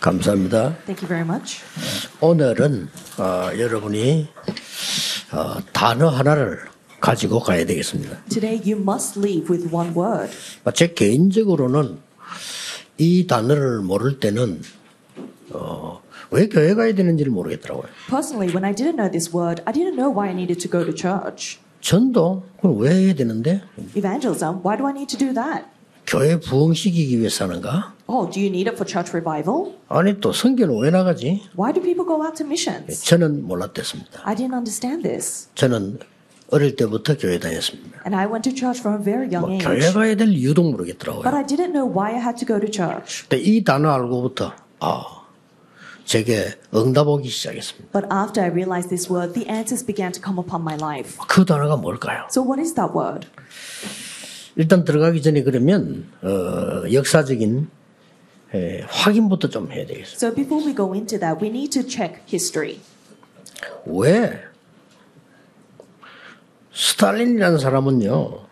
감사합니다. Thank you very much. 오늘은 어, 여러분이 어, 단어 하나를 가지고 가야 되겠습니다. Today you must leave with one word. 아, 제 개인적으로는 이 단어를 모를 때는 어, 왜 교회 가야 되는지를 모르겠더라고요. Personally, when I didn't know this word, I didn't know why I needed to go to church. 전도 그걸 왜 해야 되는데 Evangelism, why do I need to do that? 교회 부흥시키기 위해서 하는가? Oh, do you need it for church revival? 아니 또 성교는 왜 나가지? Why do people go out to missions? 저는 몰랐댔습니다. I didn't understand this. 저는 어릴 때부터 교회 다녔습니다. And I went to church from a very young 뭐 age. 교회 가야 될 이유도 But 모르겠더라고요. I didn't know why I had to go to church. 근데 네, 이 단어 알고부터 아 제게 응답오기 시작했습니다. But after I realized this word, the answers began to come upon my life. 그 단어가 뭘까요? So, what is that word? 일단 들어가기 전에 그러면 어, 역사적인 에, 확인부터 좀 해야 되겠어요. So, before we go into that, we need to check history. 왜 스탈린이라는 사람은요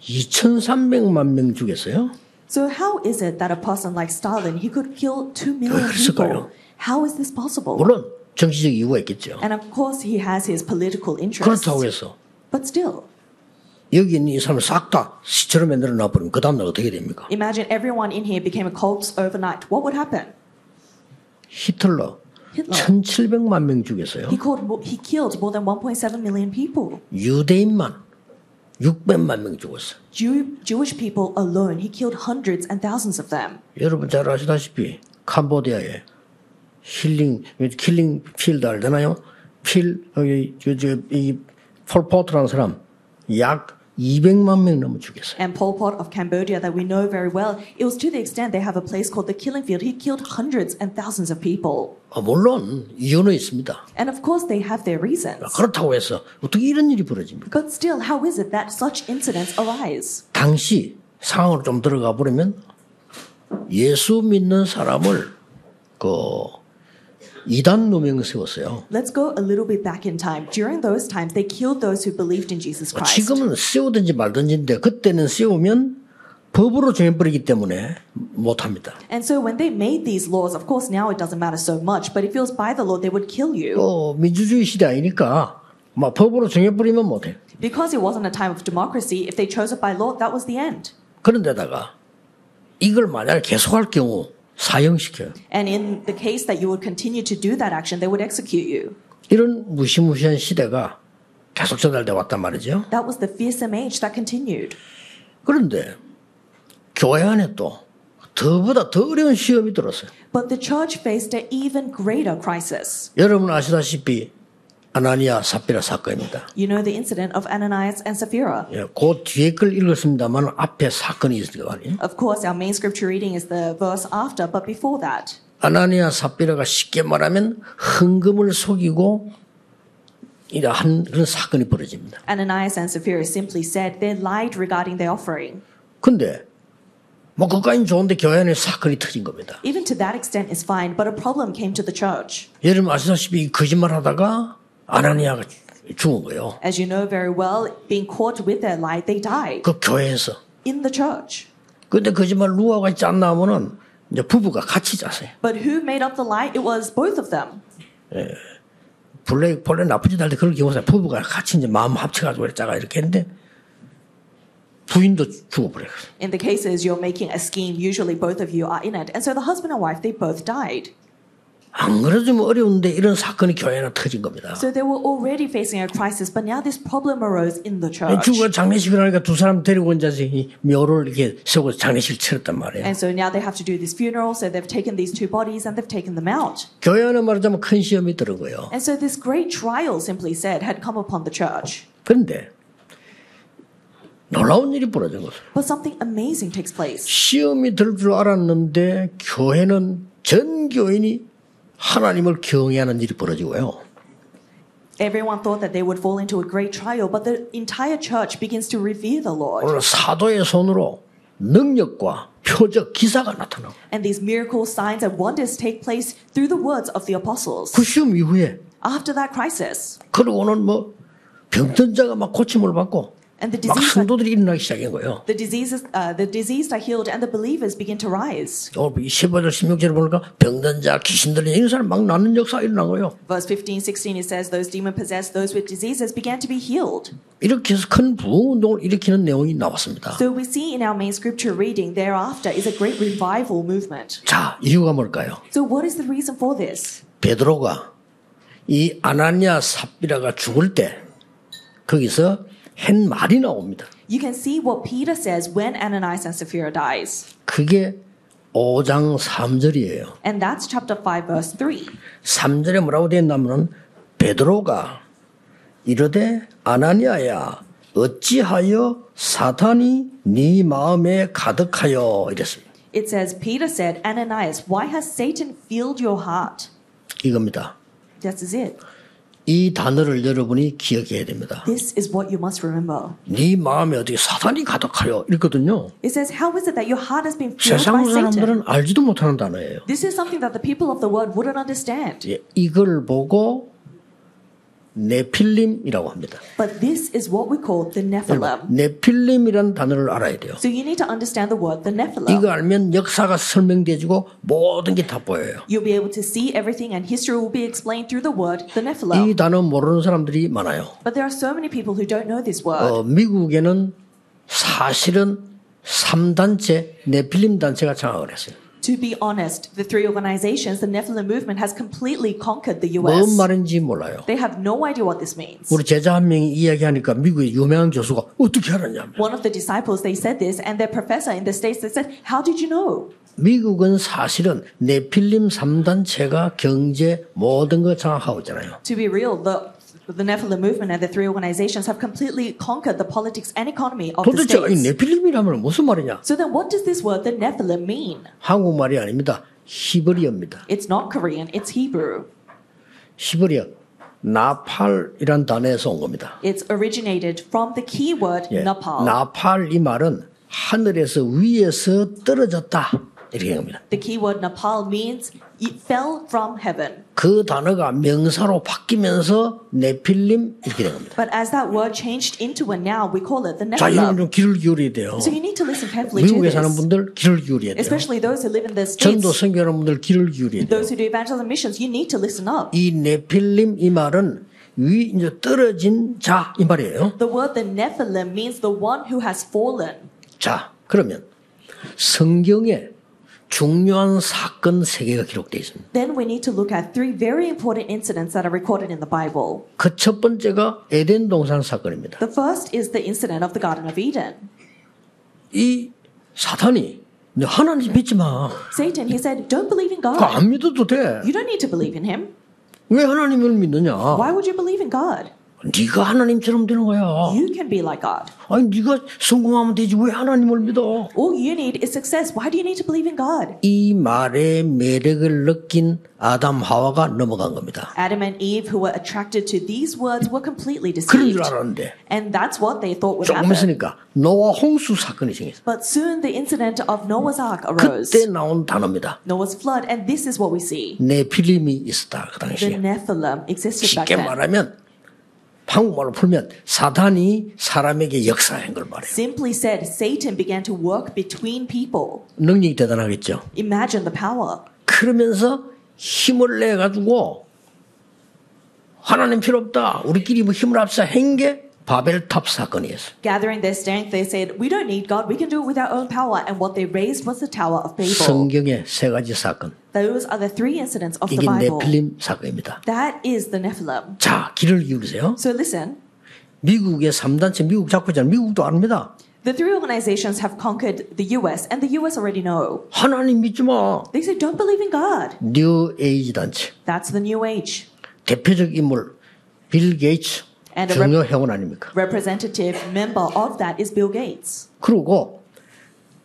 2,300만 명 죽였어요. So how is it that a person like Stalin he could kill two million 그랬을까요? people? How is this possible? 물론 정치적 이유가 있겠죠. And of course, he has his political interests. 그렇다고 해서 But still, 여기 있는 이 사람 싹 다 시처럼 만들어 놔버리면 그 다음날 어떻게 됩니까? imagine everyone in here became a corpse overnight. What would happen? 히틀러 히틀러. 1,700만 명 죽였어요. He called mo- he killed more than 1.7 million people. 유대인만 600만 명 죽었어요. Jew, Jewish people alone, he killed hundreds and thousands of them. 여러분 잘 아시다시피 캄보디아에 힐링 킬링 필드 알잖아요. 필 여기 저이 폴포트라는 사람 약 200만 명 넘어 죽였어요. And Pol Pot of Cambodia, that we know very well, it was to the extent they have a place called the Killing Field. He killed hundreds and thousands of people. 아, 물론 이유는 있습니다. And of course, they have their reasons. 그렇다고 해서 어떻게 이런 일이 벌어집니까? But still, how is it that such incidents arise? 당시 상황으로 좀 들어가 보려면 예수 믿는 사람을 그 이단 누명 세웠어요. Let's go a little bit back in time. During those times, they killed those who believed in Jesus Christ. 지금은 세우든지 말든지인데 그때는 세우면 법으로 정해버리기 때문에 못합니다. And so when they made these laws, of course, now it doesn't matter so much, but if it was by the law, they would kill you. 또 민주주의 시대 아니니까 막 법으로 정해버리면 못해. Because it wasn't a time of democracy, if they chose it by law, that was the end. 그런데다가 이걸 만약 계속할 경우 사형시켜요. And in the case that you would continue to do that action, they would execute you. 이런 무시무시한 시대가 계속 전달돼 왔단 말이죠. That was the fearsome age that continued. 그런데 교회 안에 또 더보다 더 어려운 시험이 들었어요. But the church faced an even greater crisis. 여러분 아시다시피 아나니아 사피라 사건입니다. You know the incident of Ananias and Sapphira. 예, 그 뒤에 걸 읽었습니다만 앞에 사건이 있을 거 아니에요. Of course, our main scripture reading is the verse after, but before that, 아나니아 사피라가 쉽게 말하면 흥금을 속이고 이한 그런 사건이 벌어집니다. Ananias and Sapphira simply said they lied regarding their offering. 근데 뭐 그까진 좋은데 교회 안에 사건이 터진 겁니다. Even to that extent is fine, but a problem came to the church. 여러분 아시다시피 이 거짓말 하다가 아나니아가 죽은 거예요. As you know very well, being caught with their lie, they died 그 교회에서. in the church. 근데 거짓말 루아가 짰나 하면은 이제 부부가 같이 짰어요. But who made up the lie? It was both of them. 본래 본래 나쁘지 않은데 그런 경우는 부부가 같이 이제 마음 합쳐가지고 이렇게 짜가 이렇게 했는데 부인도 죽어버려요. In the cases you're making a scheme, usually both of you are in it. And so the husband and wife, they both died. 안 그래도 뭐 어려운데 이런 사건이 교회 안에 터진 겁니다. So they were already facing a crisis, but now this problem arose in the church. 주가 장례식을 하니까 두 사람 데리고 온 자식이 묘를 이렇게 세고 장례식을 치렀단 말이에요. And so now they have to do this funeral, so they've taken these two bodies and they've taken them out. 교회 안에 말하자면 큰 시험이 들은 거예요. And so this great trial, simply said, had come upon the church. 그런데 놀라운 일이 벌어진 거죠. But something amazing takes place. 시험이 들 줄 알았는데 교회는 전 교인이 하나님을 경외하는 일이 벌어지고요. Everyone thought that they would fall into a great trial, but the entire church begins to revere the Lord. 오늘 사도의 손으로 능력과 표적 기사가 나타나고 And these miracles, signs, and wonders take place through the words of the apostles. 그 시험 이후에 After that crisis, 그러고는 뭐 병든 자가 막 고침을 받고 And the 막 disease, 성도들이 일어나기 시작한 거예요. the diseases, uh, the diseased are healed, and the believers begin to rise. 어, 15절, 16절을 보니까 병든 자, 귀신 들린 이런 사람 막 나는 역사가 일어난 거예요. Verse 15, 16, it says, Those demon possessed, those with diseases began to be healed. 이렇게 해서 큰 부흥운동을 일으키는 내용이 나왔습니다. So we see in our main scripture reading thereafter is a great revival movement. 자, 이유가 뭘까요? So what is the reason for this? 베드로가 이 아나니아 삽비라가 죽을 때 거기서 한 말이 나옵니다. You can see what Peter says when Ananias and Sapphira dies. 그게 5장 3절이에요. And that's chapter 5, verse 3. 3절에 뭐라고 되어 있냐면은 베드로가 이르되 아나니아야 어찌하여 사탄이 네 마음에 가득하여 이랬습니다. It says, Peter said, Ananias, why has Satan filled your heart? 이겁니다. This is it. 이 단어를 여러분이 기억해야 됩니다. This is what you must remember. 네 마음에 어떻게 사탄이 가득하여 이랬거든요. It says, How is it that your heart has been filled by 세상 Satan? 사람들은 알지도 못하는 단어예요. This is something that the people of the world wouldn't understand. 예, 이걸 보고 네필림이라고 합니다. But this is what we call the Nephilim. 네필림이라는 단어를 알아야 돼요. So you need to understand the word the Nephilim. 이거 알면 역사가 설명돼지고 모든 게 다 보여요. You'll be able to see everything, and history will be explained through the word the 이 Nephilim. 단어 모르는 사람들이 많아요. But there are so many people who don't know this word. 어, 미국에는 사실은 3단체, 네필림 단체가 장악을 했어요. To be honest, the three organizations, the Nephilim movement, has completely conquered the 뭔 US. 말인지 몰라요. They have no idea what this means. 우리 제자 한 명이 이야기하니까 미국의 유명한 교수가 어떻게 알았냐. One of the disciples, they said this, and their professor in the States, they said, How did you know? 미국은 사실은 네필림 3단체가 경제 모든 거 장악하고 있잖아요. To be real, the, the Nephilim movement and the three organizations have completely conquered the politics and economy of the 도대체 이 States. 네필림이라면 무슨 말이냐? So then, what does this word, the Nephilim, mean? 한국말이 아닙니다. 히브리어입니다. It's not Korean, it's Hebrew. 히브리어. 나팔이란 단어에서 온 겁니다. It's originated from the key word 예. napal. 나팔 이 말은 하늘에서 위에서 떨어졌다. 이렇게 합니다. the key word napal means it fell from heaven. 그 단어가 명사로 바뀌면서 네필림 이렇게 된 겁니다. But as that word changed into a noun, we call it the 자, 이런 Nephilim. 좀 귀를 기울여야 돼요. So you need to listen carefully to 미국에 사는 this, 분들 귀를 기울여야 돼요. especially those who live in the 전도 States, 선교하는 분들 귀를 기울여야 돼요. those who do evangelism missions. You need to listen up. 이 네필림 이 말은 위 이제 떨어진 자 이 말이에요. The word the Nephilim means the one who has fallen. 자, 그러면 성경에 중요한 사건 세 개가 기록되어 있습니다. Then we need to look at three very important incidents that are recorded in the Bible. 그 첫 번째가 에덴 동산 사건입니다. The first is the incident of the Garden of Eden. 이 사탄이 너 하나님 믿지 마. Satan, he said, Don't believe in 그거 God. 안 믿어도 돼. You don't need to believe in him. 왜 하나님을 믿느냐? Why would you believe in God? 네가 하나님처럼 되는 거야. You can be like God. 아니 네가 성공하면 되지 왜 하나님을 믿어? All you need is success. Why do you need to believe in God? 이 말의 매력을 느낀 아담 하와가 넘어간 겁니다. Adam and Eve, who were attracted to these words, were completely 그런 줄 deceived. 알았는데 And that's what they thought would 조금 happen. 있으니까 노아 홍수 사건이 생겼어. But soon the incident of Noah's Ark arose. 그때 나온 단어입니다. Noah's flood, and this is what we see. 네필림이 있었다 그 The 당시에. Nephilim existed back 쉽게 then. 말하면 한국말로 풀면 사단이 사람에게 역사한 걸 말해요. Simply said, Satan began to work between people. 능력이 대단하겠죠. Imagine the power. 그러면서 힘을 내 가지고 하나님 필요 없다. 우리끼리 뭐 힘을 합사 한게 바벨탑 사건이었어. 요 Gathering their strength, they said, We don't need God, we can do it with our own power. And what they raised was the Tower of Babel. 성경의 세 가지 사건. Those are the three incidents of the 이게 Bible. 네필림 사건입니다. That is the Nephilim. 자, 길을 기울이세요. So listen, 미국의 3단체 미국 잡고 있잖아요. 미국도 압니다. the three organizations have conquered the US, and the US already know. 하나님 믿지 마. They say, Don't believe in God. 뉴 에이지 단체. That's the New Age. 대표적 인물 빌 게이츠 And a rep- 중요 회원 아닙니까? Representative member of that is Bill Gates. 그리고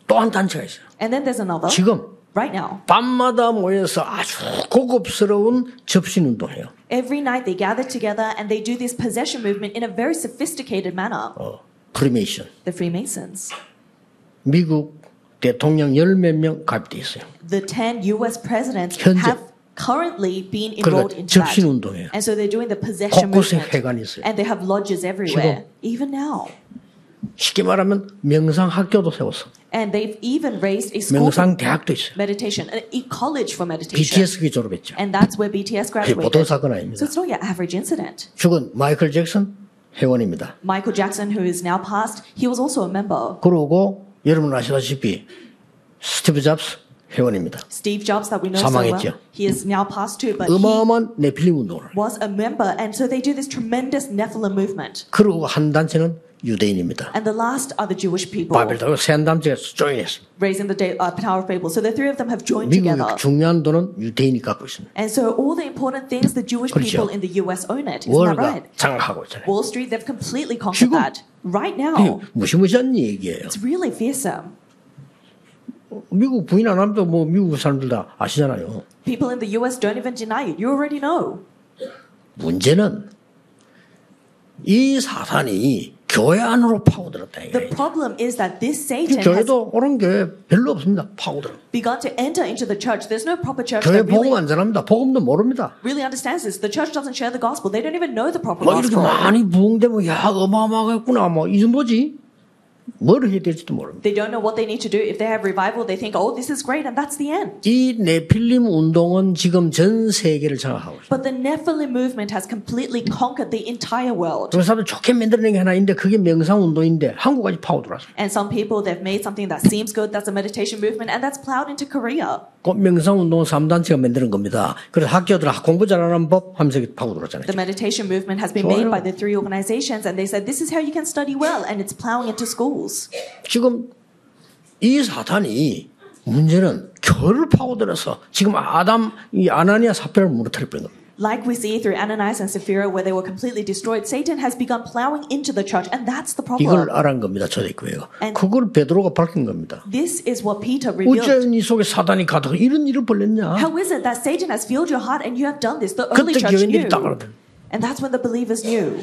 또 한 단체가 있어요. And then there's another. 지금 Right now, 밤마다 모여서 아주 고급스러운 접신 운동해요. every night they gather together and they do this possession movement in a very sophisticated manner. 어, 프리메이션. The Freemasons. 미국 대통령 열 몇 명 가입돼 있어요. The 10 US presidents 현재. have currently been enrolled 그러니까 into that. 접신 운동이에요. And so they're doing the possession 곳곳에 movement. 회관이 있어요. And they have lodges everywhere, even now. 쉽게 말하면 명상 학교도 세웠어. And they've even raised a school 명상 for 대학도 있어요. meditation, an- a college for meditation. BTS기 그 졸업했죠. And that's where BTS 그게 보통 graduated. 사건 So 아닙니다. it's not your average incident. 죽은 마이클 잭슨 회원입니다. Michael Jackson, who is now passed, he was also a member. 그러고 여러분 아시다시피 스티브 잡스 회원입니다. Steve Jobs, that we know so well, 사망했죠. he is now passed too, but he 어마어마한 내필링 운동을. was a member. And so they do this tremendous Nephilim movement. 그러고 한 단체는 유대인입니다. And the last are the Jewish people, 바벨탑을 세한 단체가 조인했습니다. raising the day, uh, Tower of Babel. So the three of them have joined together. 미국의 중요한 돈은 유대인이 갖고 있습니다. And so all the important things the Jewish 그렇죠. people in the US own it. Isn't that 월가 right? 장악하고 있잖아요. Wall Street, they've completely conquered 지금- that. Right 이게 now, 무시무시한 얘기예요. it's really fearsome. 미국 부인 안 하면 뭐 미국 사람들 다 아시잖아요. People in the US don't even deny it. You already know. 문제는 이 사탄이 교회 안으로 파고들었다. The 이거예요. problem is that this Satan has 교회도 옳은 게 별로 없습니다. 파고들어. begun to enter into the church. There's no proper church 교회 that 복음 really, 안 전합니다. 복음도 모릅니다. really understands this. The church doesn't share the gospel. They don't even know the proper 뭐 이렇게 gospel. 많이 부흥되면 야 어마어마하겠구나. 뭐 이 정도지. 뭘 해야 될지도 모릅니다. They don't know what they need to do. If they have revival, they think, oh, this is great, and that's the end. 이 네필림 운동은 지금 전 세계를 장악하고 있어요. But the Nephilim movement has completely conquered the entire world. 그 사람들 좋게 만들어낸 게 하나 있는데 그게 명상 운동인데 한국까지 파고들어서 And some people, they've made something that seems good, that's a meditation movement, and that's plowed into Korea. 그 명상 운동은 3단체가 만드는 겁니다. 그래서 학교들 아, 공부 잘하는 법 하면서 이렇게 파고들었잖아요. The meditation movement has been Sure. made by the three organizations, and they said this is how you can study well, and it's plowing into schools. 지금 이 사탄이 문제는 교를 파고들어서 지금 아담 이 아나니아 사표를 무너뜨릴 뻔 겁니다. Like we see through Ananias and Sapphira, where they were completely destroyed, Satan has begun plowing into the church, and that's the problem. 이걸 알은 겁니다. 초대교회가. And- 그걸 베드로가 밝힌 겁니다. This is what Peter revealed. 어째니 속에 사단이 가득 이런 일을 벌였냐. How is it that Satan has filled your heart and you have done this? The early 그때 church 교인들이 knew. 딱 알아들. And that's when the believers knew.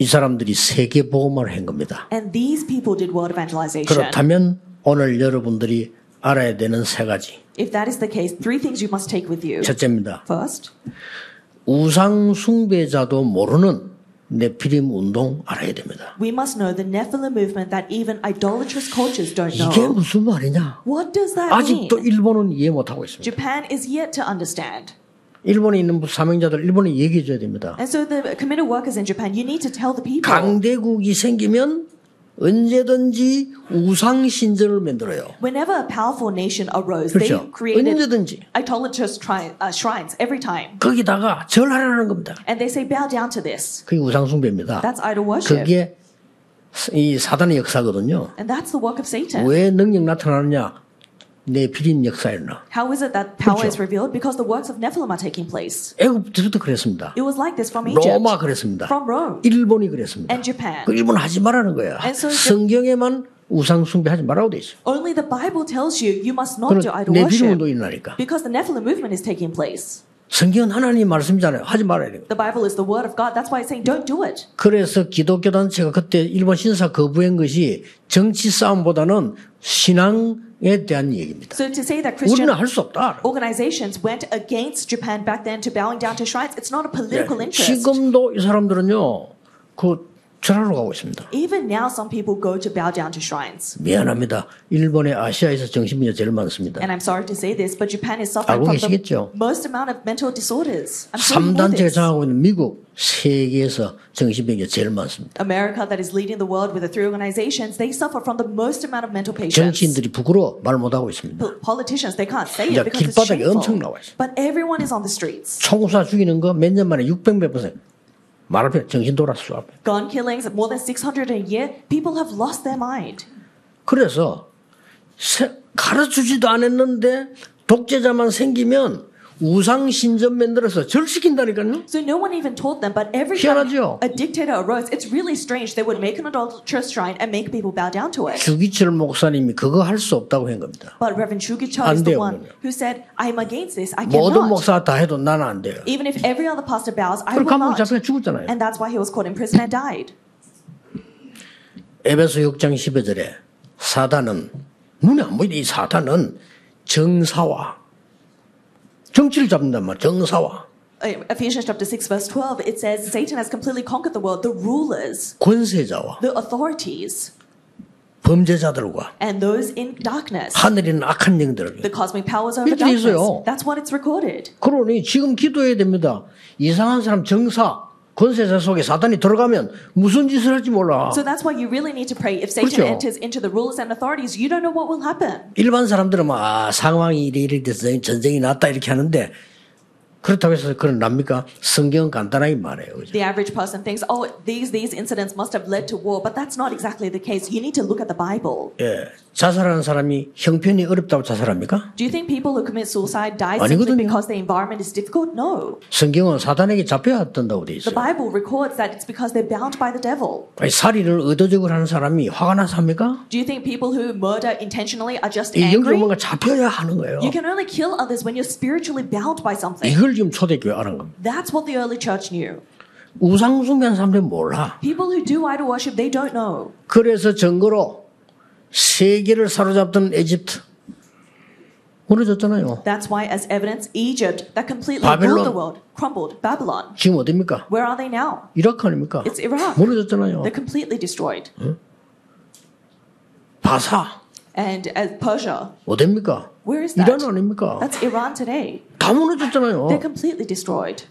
이 사람들이 세계 보험을 한 겁니다. And these people did world evangelization. 그렇다면 오늘 여러분들이 알아야 되는 세 가지. If that is the case, three things you must take with you. 첫째입니다. First, 우상 숭배자도 모르는 네피림 운동 알아야 됩니다. we must know the Nephilim movement that even idolatrous cultures don't 이게 know. 무슨 말이냐? What does that mean? 아직도 일본은 이해 못하고 있습니다. Japan is yet to understand. 일본에 있는 사명자들 일본에 얘기해 줘야 됩니다. And so the committed workers in Japan, you need to tell the people. 강대국이 생기면 언제든지 우상 신전을 만들어요. Whenever a powerful nation arose, they 그렇죠? created 언제든지 idolatrous tri- uh, shrines every time. 거기다가 절하라는 겁니다. And they say, bow down to this. 그게 우상 숭배입니다. That's idol worship. 그게 이 사단의 역사거든요. And that's the work of Satan. 왜 능력 나타나느냐? 내 비린 역사였나? How is it that power is 그렇죠. revealed? Because the works of Nephilim are taking place. 애국부터 그랬습니다. It was like this from Egypt, 로마 그랬습니다. from Rome, 일본이 그랬습니다. and Japan. 그 일본 하지 말라는 거야. And so the- 성경에만 우상 숭배하지 말라고 돼 있어. Only the Bible tells you you must not 그런 do idol 내 비린 worship 운동이 일어나니까. because the Nephilim movement is taking place. 성경은 하나님 말씀이잖아요. 하지 말아야 돼요. The Bible is the word of God. That's why it's saying don't do it. 그래서 기독교 단체가 그때 일본 신사 거부한 것이 정치 싸움보다는 신앙에 대한 얘기입니다. So to say that Christian 우리는 할 수 없다. organizations went against Japan back then to bowing down to shrines, it's not a political interest. 지금도 이 사람들은요, 그 절하러 가고 있습니다. Even now, some people go to bow down to shrines. 미안합니다. 일본의 아시아에서 정신분야 제일 많습니다. And I'm sorry to say this, but Japan is 알고 suffering from the 계시겠죠? most amount of mental disorders. I'm sure you know 3단체가 this. 장하고 있는 미국, 세계에서 정신병이 제일 많습니다. America, that is leading the world with the three organizations, they suffer from the most amount of mental patients. 정치인들이 부끄러워 말 못하고 있습니다. Po- Politicians, they can't say 야, it because it's 길바닥에 엄청 shameful. 나와 있어. But everyone is on the streets. 총사 죽이는 거 몇 년 만에 600몇 퍼센트. 말 앞에 정신 돌았어. 앞에. Gun killings, more than 600 a year. People have lost their mind. 그래서 세- 가르치지도 않았는데 독재자만 생기면 우상 신전 만들어서 절시킨다니까요. So no one even told them, but every time 희한하죠? a dictator arose, it's really strange. They would make an adulterous shrine and make people bow down to it. 주기철 목사님이 그거 할 수 없다고 한 겁니다. But Reverend Shugichar 안 is 돼요, the one 그러면. who said, I'm against this. I 모든 cannot. 목사 다 해도 나는 안 돼요. Even if every other pastor bows, I will 그리고 뭐 감옥 not. 잡혀 뭐 죽었잖아요. And that's why he was caught in prison and died. 에베소 6장 12절에 사단은 눈에 안 보이는 이 사단은 정사와 정치를 잡는단 말이야. 정사와 uh, Ephesians chapter 6, verse 12, it says, Satan has completely conquered the world, the rulers, 권세자와 the authorities, 범죄자들과 and those in darkness, 하늘에 있는 악한 영들을. the cosmic powers over 이렇게 darkness. 돼 있어요. That's what it's recorded. 그러니 지금 기도해야 됩니다. 이상한 사람 정사 권세자 속에 사단이 들어가면 무슨 짓을 할지 몰라. So that's why you really need to pray. If Satan 그렇죠. enters into the rulers and authorities, you don't know what will happen. 일반 사람들은 막 아, 상황이 이래 이래 돼서 전쟁이 났다 이렇게 하는데 그렇다고 해서 그런 납니까? 성경은 간단하게 말해요. 그죠? The average person thinks, oh, these, these incidents must have led to war, but that's not exactly the case. You need to look at the Bible. 예. 자살하는 사람이 형편이 어렵다고 자살합니까? Do you think people who commit suicide die simply 아니거든요. because the environment is difficult? No. 성경은 사단에게 잡혀야 된다고 돼 The 있어요. Bible records that it's because they're bound by the devil. 아니, 살인을 의도적으로 하는 사람이 화가 나서 합니까? Do you think people who murder intentionally are just 이 영적 angry? 뭔가 잡혀야 하는 거예요. You can only kill others when you're spiritually bound by something. 이걸 지금 초대교회 아는 겁니다. That's what the early church knew. 우상 숭배하는 사람들이 몰라. People who do idol worship, they don't know. 그래서 정거로 세계를 사로잡던 에집트 무너졌잖아요. That's why, as evidence, Egypt, that completely Babylon. ruled the world, crumbled. Babylon. 지금 어딥니까? Where are they now? 이라크 아닙니까? It's Iraq. 무너졌잖아요. They're completely destroyed. 바사 And as Persia, 어딥니까? where is 이란 that? 아닙니까? That's Iran today. 다 무너졌잖아요. They're completely destroyed.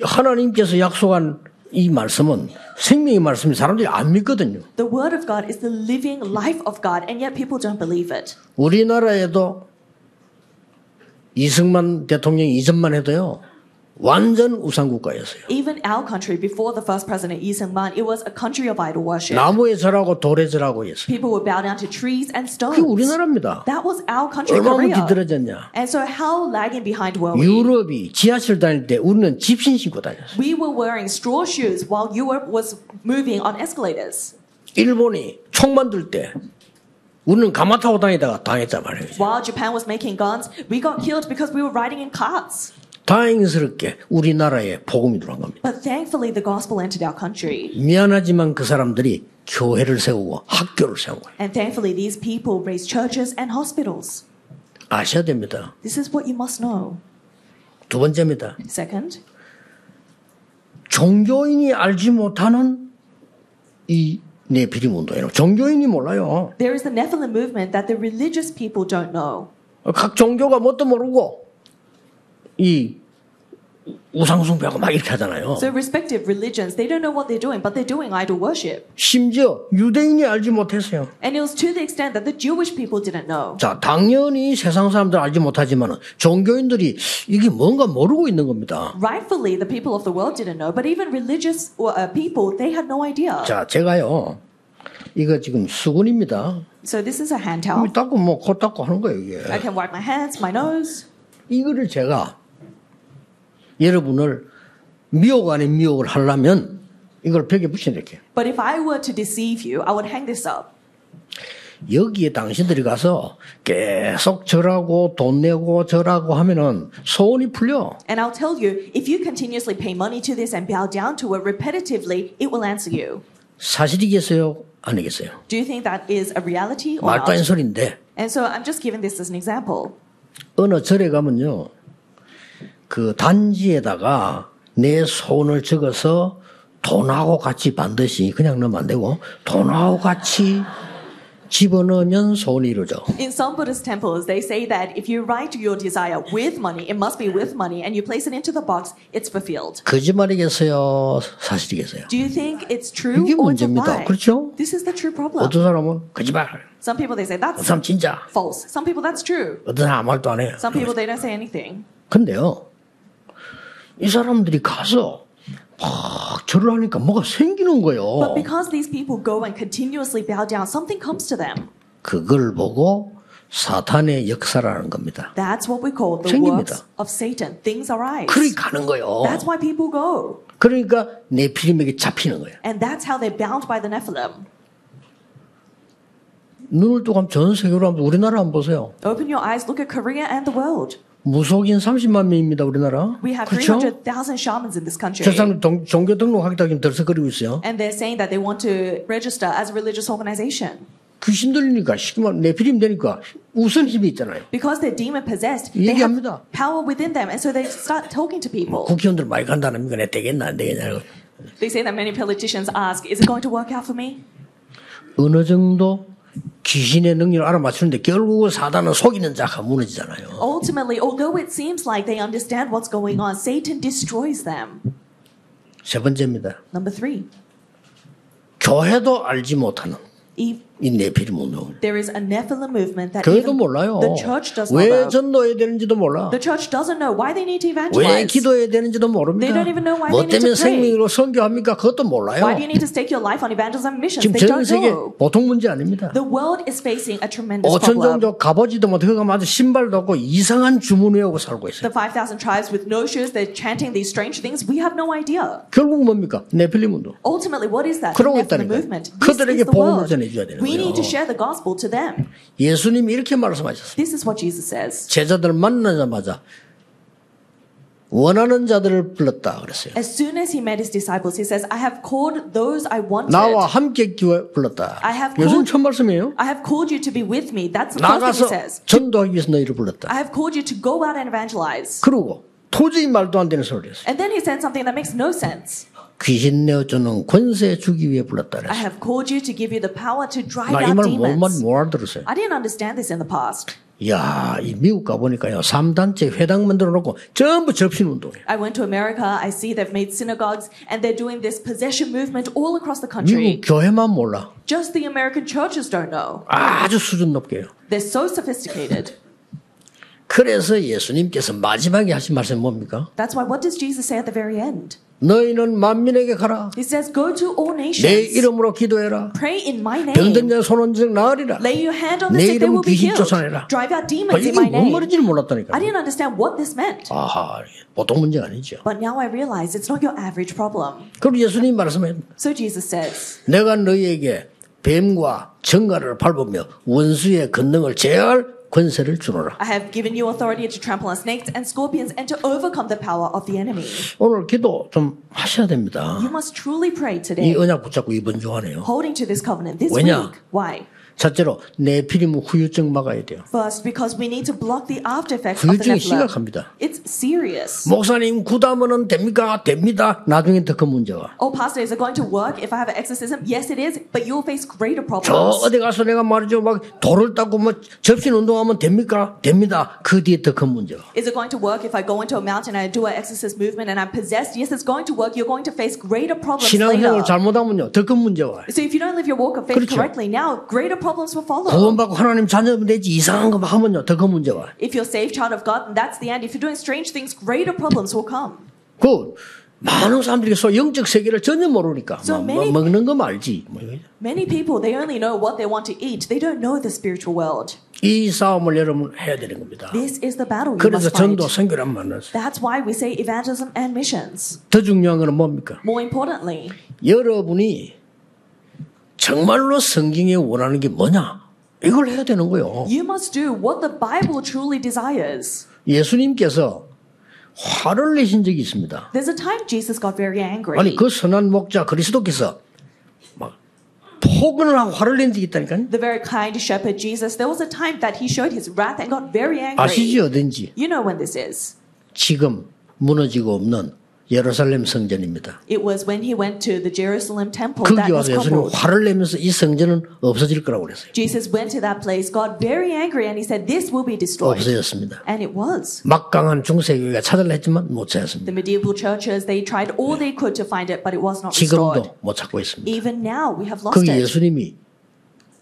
하나님께서 약속한 이 말씀은 생명의 말씀이 사람들이 안 믿거든요. The word of God is the living life of God, and yet people don't believe it. 우리나라에도 이승만 대통령 이전만 해도요 완전 우상국가였어요. Even our country, before the first president Lee Sung Man, it was a country of idol worship. 나무에 절하고 돌에 절하고 했어요. People would bow down to trees and 그게 stones. 우리나라입니다. That was our country, 얼마나 Korea. 뒤떨어졌냐? And so, how lagging behind were we? 유럽이 지하철 다닐 때 우리는 집신 신고 다녔어요. We were wearing straw shoes while Europe was moving on escalators. 일본이 총 만들 때 우리는 가마 타고 다니다가 당했단 말이에요. While Japan was making guns, we got killed because we were riding in carts. 다행스럽게 우리나라에 복음이 들어간 겁니다. But thankfully, the gospel entered our country. 미안하지만 그 사람들이 교회를 세우고 학교를 세운 거예요. And thankfully, these people raised churches and hospitals. 아셔야 됩니다. This is what you must know. 두 번째입니다. Second, 종교인이 알지 못하는 이 네피림 운동이에요. 종교인이 몰라요. there is the Nephilim movement that the religious people don't know. 각 종교가 뭣도 모르고 이 우상숭배하고 막 이렇게 하잖아요. So, respective religions, they don't know what they're doing, but they're doing idol worship. 심지어 유대인이 알지 못했어요. And it was to the extent that the Jewish people didn't know. 자, 당연히 세상 사람들 알지 못하지만 종교인들이 이게 뭔가 모르고 있는 겁니다. Rightfully, the people of the world didn't know, but even religious or, uh, people, they had no idea. 자, 제가요. 이거 지금 수건입니다. So, this is a hand 이 towel. 닦고 뭐 코 닦고 하는 거예요, 이게. I can wipe my hands, my nose. 이거를 제가 여러분을 미혹 아닌 미혹을 하려면 이걸 벽에 붙여낼게요. But if I were to deceive you, I would hang this up. 여기에 당신들이 가서 계속 절하고 돈 내고 절하고 하면은 소원이 풀려. And I'll tell you, if you continuously pay money to this and bow down to it repetitively, it will answer you. 사실이겠어요? 아니겠어요? Do you think that is a reality or 말도 안 되는 not? 소리인데 And so I'm just giving this as an example. 어느 절에 가면요. 그 단지에다가 내 소원을 적어서 돈하고 같이 반드시 그냥 넣으면 안 되고 돈하고 같이 집어넣으면 소원이 이루어져. In some Buddhist temples, they say that if you write your desire with money, it must be with money, and you place it into the box, it's fulfilled. 거짓말이겠어요? 사실이겠어요? Do you think it's true 이게 or it's a 문제입니다. lie? 그렇죠? This is the true problem. 어떤 사람은 거짓말, Some people they say 어떤 that's 사람 진짜, false. Some people that's true. 어떤 사람 아무 말도 안 해요. Some people they don't say anything. 근데요, 이 사람들이 가서 막 절을 하니까 뭐가 생기는 But 거예요. because these people go and continuously bow down, something comes to them. 그걸 보고 사탄의 역사라는 겁니다. That's what we call the 생깁니다. works of Satan. Things arise. 그리 가는 거예요. That's why people go. 그러니까 네피림에게 잡히는 거예요. And that's how they're bound by the Nephilim. 눈을 뜨고 한번 전 세계로 한번 우리나라 한번 보세요. Open your eyes, look at Korea and the world. 무속인 30만 명입니다, 우리나라. We have 그렇죠? 300,000 shamans in this country. 저 사람 동- 종교 등록하겠다고 지금 들썩거리고 있어요. And they're saying that they want to register as a religious organization. 귀신 들리니까 시키면 내피림 되니까 우선 힘이 있잖아요. Because they're demon possessed, they 얘기합니다. have power within them, and so they start talking to people. 국회의원들 많이 간다는 니까 내 되겠나 안 되겠냐고. They say that many politicians ask, "Is it going to work out for me?" 어느 정도 귀신의 능력을 알아맞추는데 결국은 사단은 속이는 자가 무너지잖아요. Ultimately, although it seems like they understand what's going on, Satan destroys them. 세 번째입니다. Number three, 교회도 알지 못하는 Eve. 이 내피림 운동. There is a Nephilim movement that 교회도 even 몰라요. the church does not 왜 know. 전도해야 되는지도 몰라. The church doesn't know why they need to 왜 evangelize. 기도해야 되는지도 모릅니다. They don't even know why 뭐 they need 때문에 to pray. 생명으로 선교합니까? 그것도 Why do 몰라요. you need to stake your life on evangelism missions? 지금 They 전 don't 세계 know. 보통 문제 아닙니다. The world is facing a tremendous 오천 problem. 종족 가보지도 못하고 그거 마저 신발도 없고 이상한 주문 외우고 살고 있어요. The 5,000 tribes with no shoes, they're chanting these strange things. We have no idea. 결국 뭡니까? 네필림 운동. Ultimately, what is that? 그러고 That's the 있다니까요. movement. This 그들에게 is the 복음을 world. 전해줘야 되는 We need to 거예요. share the gospel to them. 예수님이 이렇게 말씀하셨어요. This is what Jesus says. 제자들 만나자마자 원하는 자들을 불렀다 그랬어요. As soon as he met his disciples, he says, I have called those I wanted. 나와 함께 기회 불렀다. I have 예수님 called- 첫 말씀이에요. I have called you to be with me. That's the first 나가서 thing he says. 전도하기 위해서 너희를 I 불렀다. have called you to go out and evangelize. 그러고 도저히 말도 안 되는 소리를 했어요. And then he said something that makes no sense. 귀신 내어주는 권세 주기 위해 불렀다 I 그랬어요. have called you to give you the power to drive 나 out 아, demons. 이말못 알아들었어요. I didn't understand this in the past. 이야, 이 미국 가보니까요. 3단체 회당 만들어 놓고 전부 접신운동이에요. I went to America, I see they've made synagogues, and they're doing this possession movement all across the 미국 country. 교회만 몰라. Just the American churches don't know. 아주 수준 높게요. They're so sophisticated. 그래서 예수님께서 마지막에 하신 말씀이 뭡니까? That's why what does Jesus say at the very end? 너희는 만민에게 가라. He says, Go to all 내 nations, 이름으로 기도해라. pray in my 병든 name, 자 손원증 나으리라. lay your hand on the 내 sick, they 이름 will be 귀신 healed, 쫓아내라. drive out 아, demons 이게 in my 뭔 name. 말인지를 I 몰랐다니까. didn't understand what this meant. 아하, 보통 문제 아니죠. But now I realize it's not your average problem. 그리고 예수님 말씀은 So Jesus says, 내가 너희에게 뱀과 정갈을 밟으며 원수의 권능을 제할 권세를 주노라. I have given you authority to trample on snakes and scorpions and to overcome the power of the enemy. 오늘 기도 좀 하셔야 됩니다. You must truly pray 이 today, 언약 붙잡고 이번중하네요. holding to this covenant this 왜냐? week. Why? 첫째로 내피림 후유증 막아야 돼요. First, because we need to block the after effects of the 후유증이 Nephilim. 심각합니다. It's serious. 목사님 구다면은 됩니까? 됩니다. 나중에 더 큰 문제가. Oh, pastor, is it going to work if I have an exorcism? Yes, it is, but you'll face greater 저 problems. 어디 가서 내가 말이죠 막 돌을 닦고 뭐 접신 운동하면 됩니까? 됩니다. 그 뒤에 더 큰 문제가. Is it going to work if I go into a mountain and I do an exorcist movement and I'm possessed? Yes, it's going to work. You're going to face greater problems 신앙생활 later. 잘못하면요 더 큰 문제가. 와요. So if you don't live your walk of faith 그렇죠. correctly now, greater problems will follow. 구원받고 하나님 자녀면 되지 이상한 거 막 하면요 더 큰 문제가. 와요. If you're saved child of God, then that's the end. If you're doing strange things, greater problems will come. 그 많은 사람들이 서 영적 세계를 전혀 모르니까 So 뭐- 뭐 many- 먹는 거 말지. 뭐 이거. Many people, they only know what they want to eat. They don't know the spiritual world. 이 싸움을 여러분 해야 되는 겁니다. This is the battle you 그래서 must 전도 fight. 선교란 만났어요. That's why we say evangelism and missions. 더 중요한 거는 뭡니까? More importantly, 여러분이 정말로 성경에 원하는 게 뭐냐? 이걸 해야 되는 거예요. you must do what the Bible truly desires. 예수님께서 화를 내신 적이 있습니다. There's a time Jesus got very 아니 angry. 그 선한 목자 그리스도께서 막 폭언을 하고 화를 낸 적이 있다니까요. The very kind shepherd Jesus, there was a time that he showed his wrath and got very angry. 아시지 어딘지 You know when this is. 지금 무너지고 없는 예루살렘 성전입니다. 그 It was when he went to the Jerusalem temple that 거기 와서 was 예수님 crumbled. 화를 내면서 이 성전은 없어질 거라고 그랬어요. Jesus went to that place, got very angry, and he said, This will be destroyed. 없어졌습니다. And it was. 막강한 중세교회가 찾으려 했지만 못 찾았습니다. The medieval churches, they tried all they could to find it, but it was not restored. 지금도 못 찾고 있습니다. Even now, we have lost 거기 it. 예수님이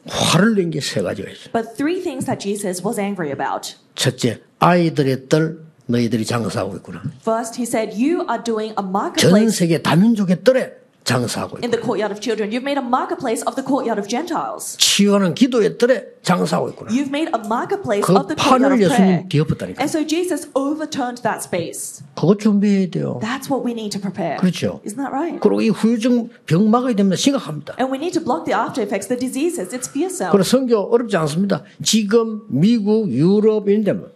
화를 낸 게 세 가지가 있어요. But three things that Jesus was angry about. 첫째, 아이들의 딸 너희들이 장사하고 있구나. First, he said, You are doing a 전 marketplace 세계 다민족의 뜰에 장사하고 있고 in the courtyard of children. You've made a marketplace of the courtyard of Gentiles. 치유하는 기도의 뜰에 장사하고 있구나. You've made a marketplace 그 of the courtyard 판을 of prayer. 예수님 뒤엎었다니까. And so Jesus overturned that space. 그거 준비해야 돼요. That's what we need to prepare. 그렇죠. Isn't that right? 그리고 이 후유증 병 막아야 됩니다. 심각합니다. And we need to block the after effects, the diseases. It's fearsome. 그리고 성교 어렵지 않습니다. 지금 미국, 유럽 이런 데면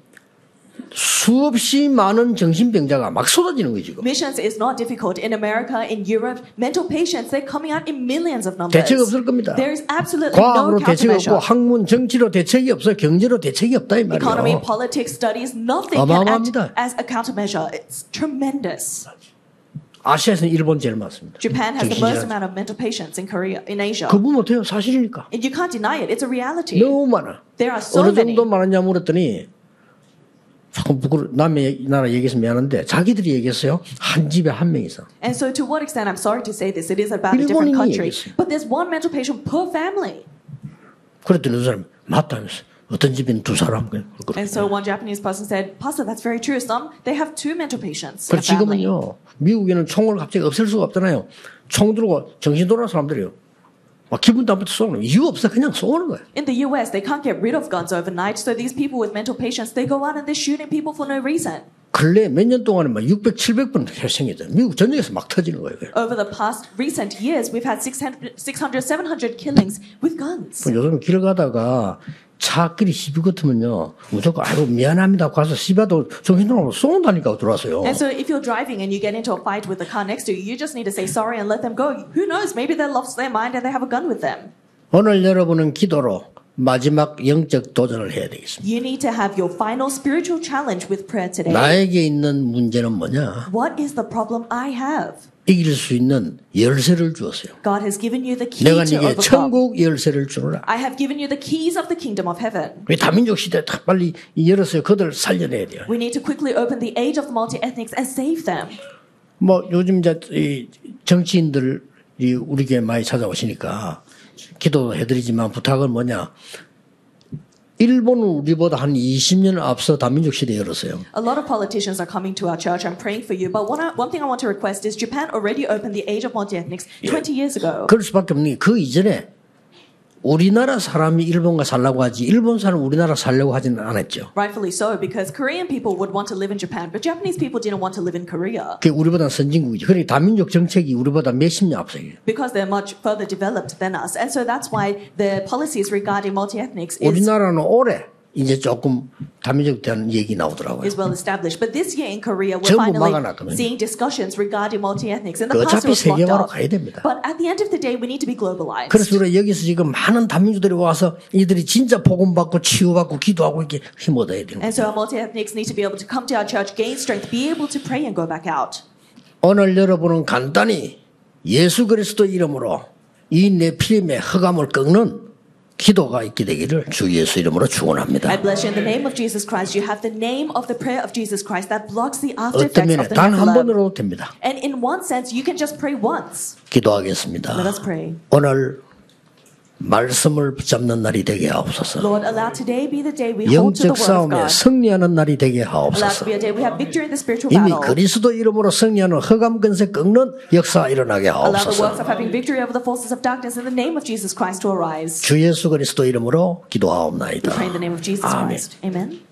수없이 많은 정신병자가 막 쏟아지는 거예요 지금. Missions is not difficult in America, in Europe. Mental patients they're coming out in millions of numbers. 대책 없을 겁니다. There is absolutely no 과학으로 대책이 없고 countermeasure. 학문 정치로 대책이 없어 경제로 대책이 없다 이 Economy, 말이에요. politics, studies, nothing can act 어마어마합니다. as a countermeasure. It's tremendous. 아시아에서는 일본 제일 많습니다. Japan has the most 정신질환. amount of mental patients in Korea, in Asia. 그분 못해요 사실이니까. And you can't deny it. It's a reality. 너무 많아. There are so 어느 many. 정도 많았냐 물었더니 조금 부끄러 남의 얘기- 나라 얘기해서 미안한데 자기들이 얘기했어요 한 집에 한 명 이상. And so, to what extent, I'm sorry to say this, it is about a 일본인이 different country, 얘기했어요. but there's one mental patient per family. 그랬더니 그 사람이 맞다면서 어떤 집에는 두 사람 그냥 그렇거든요. And so, one Japanese person said, Pastor, that's very true. Some, they have two mental patients. in a 그래서 family. 지금은요 미국에는 총을 갑자기 없앨 수가 없잖아요. 총 들고 정신 돌아온 사람들이요. 막 기분 나쁘게 쏘는 거예요. 이유 없어 그냥 쏘는 거예요. In the US, they can't get rid of guns overnight, so these people with mental patients, they go out and they're shooting people for no reason. 근래 몇 년 동안에 막 600, 700번 발생했죠. 미국 전역에서 막 터지는 거예요. 그게. Over the past recent years, we've had 600, 600 700 killings with guns. 요즘 길 가다가 차끼리 시비 같으면요 무조건 아이고 미안합니다 하고 가서 시비도 정신적으로 쏜다니까 들어왔어요. And so, if you're driving and you get into a fight with the car next to you, you just need to say sorry and let them go. Who knows? Maybe they lost their mind and they have a gun with them. 오늘 여러분은 기도로 마지막 영적 도전을 해야 되겠습니다. You need to have your final spiritual challenge with prayer today. 나에게 있는 문제는 뭐냐? What is the problem I have? 이길 수 있는 열쇠를 주었어요. God has given you the key 내가 to 네게 overcome. 천국 열쇠를 주노라. I have given you the keys of the kingdom of heaven. 우리 다민족 시대 다 빨리 이 열었어요. 그들 살려내야 돼요. We need to quickly open the age of the multi-ethnics and save them. 뭐 요즘 이제 이 정치인들이 우리 교회 많이 찾아오시니까 기도도 해드리지만 부탁은 뭐냐. 일본은 우리보다 한 20년 앞서 다민족 시대 열었어요. A lot of politicians are coming to our church. I'm praying for you. But one, uh, one thing I want to request is Japan already opened the age of multi-ethnics 20 years ago. 그럴 수밖에 없는 게 그 이전에 우리나라 사람이 일본과 살라고 하지 일본 사람 우리나라 살려고 하지는 않았죠. Rightfully so, because Korean people would want to live in Japan, but Japanese people didn't want to live in Korea. 그게 우리보다 선진국이죠. 그러니까 다민족 정책이 우리보다 몇십 년 앞서요. Because they're much further developed than us. And so that's why the policies regarding multi ethnics is, 예. 우리나라는 올해 이제 조금 다민족 대한 얘기 나오더라고요. is well established. But this year in Korea, we're 전부 finally 막아놨거든요. seeing discussions regarding multi ethnics. In the 그 past, it 어차피 was locked 세계화로 up. 가야 됩니다. But at the end of the day, we need to be globalized. 그래서 우리가 여기서 지금 많은 다민족들이 와서 이들이 진짜 복음 받고 치유받고 기도하고 이렇게 힘 얻어야 되는 거예요. And so our multi ethnics need to be able to come to our church, gain strength, be able to pray and go back out. 오늘 여러분은 간단히 예수 그리스도 이름으로 이 내피림의 허감을 꺾는 기도가 있게 되기를 주 예수 이름으로 I 축원합니다. bless you in the name of Jesus Christ. You have the name of the prayer of Jesus Christ that blocks the after 어떤 effects 면에 of the Nephilim. 단한 번으로도 됩니다. And in one sense, you can just pray once. Let 기도하겠습니다. us pray. 오늘 말씀을 붙잡는 날이 되게 하옵소서. Lord, allow today be the day we hold 영적 to the word of 싸움에 God. 승리하는 날이 되게 Allow to 하옵소서. be a day we have victory in the spiritual 이미 battle. 그리스도 이름으로 승리하는 허감 근세 꺾는 역사가 일어나게 Allow the 하옵소서. works of having victory over the forces of darkness in the name of Jesus Christ to arise. 주 예수 그리스도 이름으로 기도하옵나이다. Pray in the name of Jesus 아멘. Christ. Amen.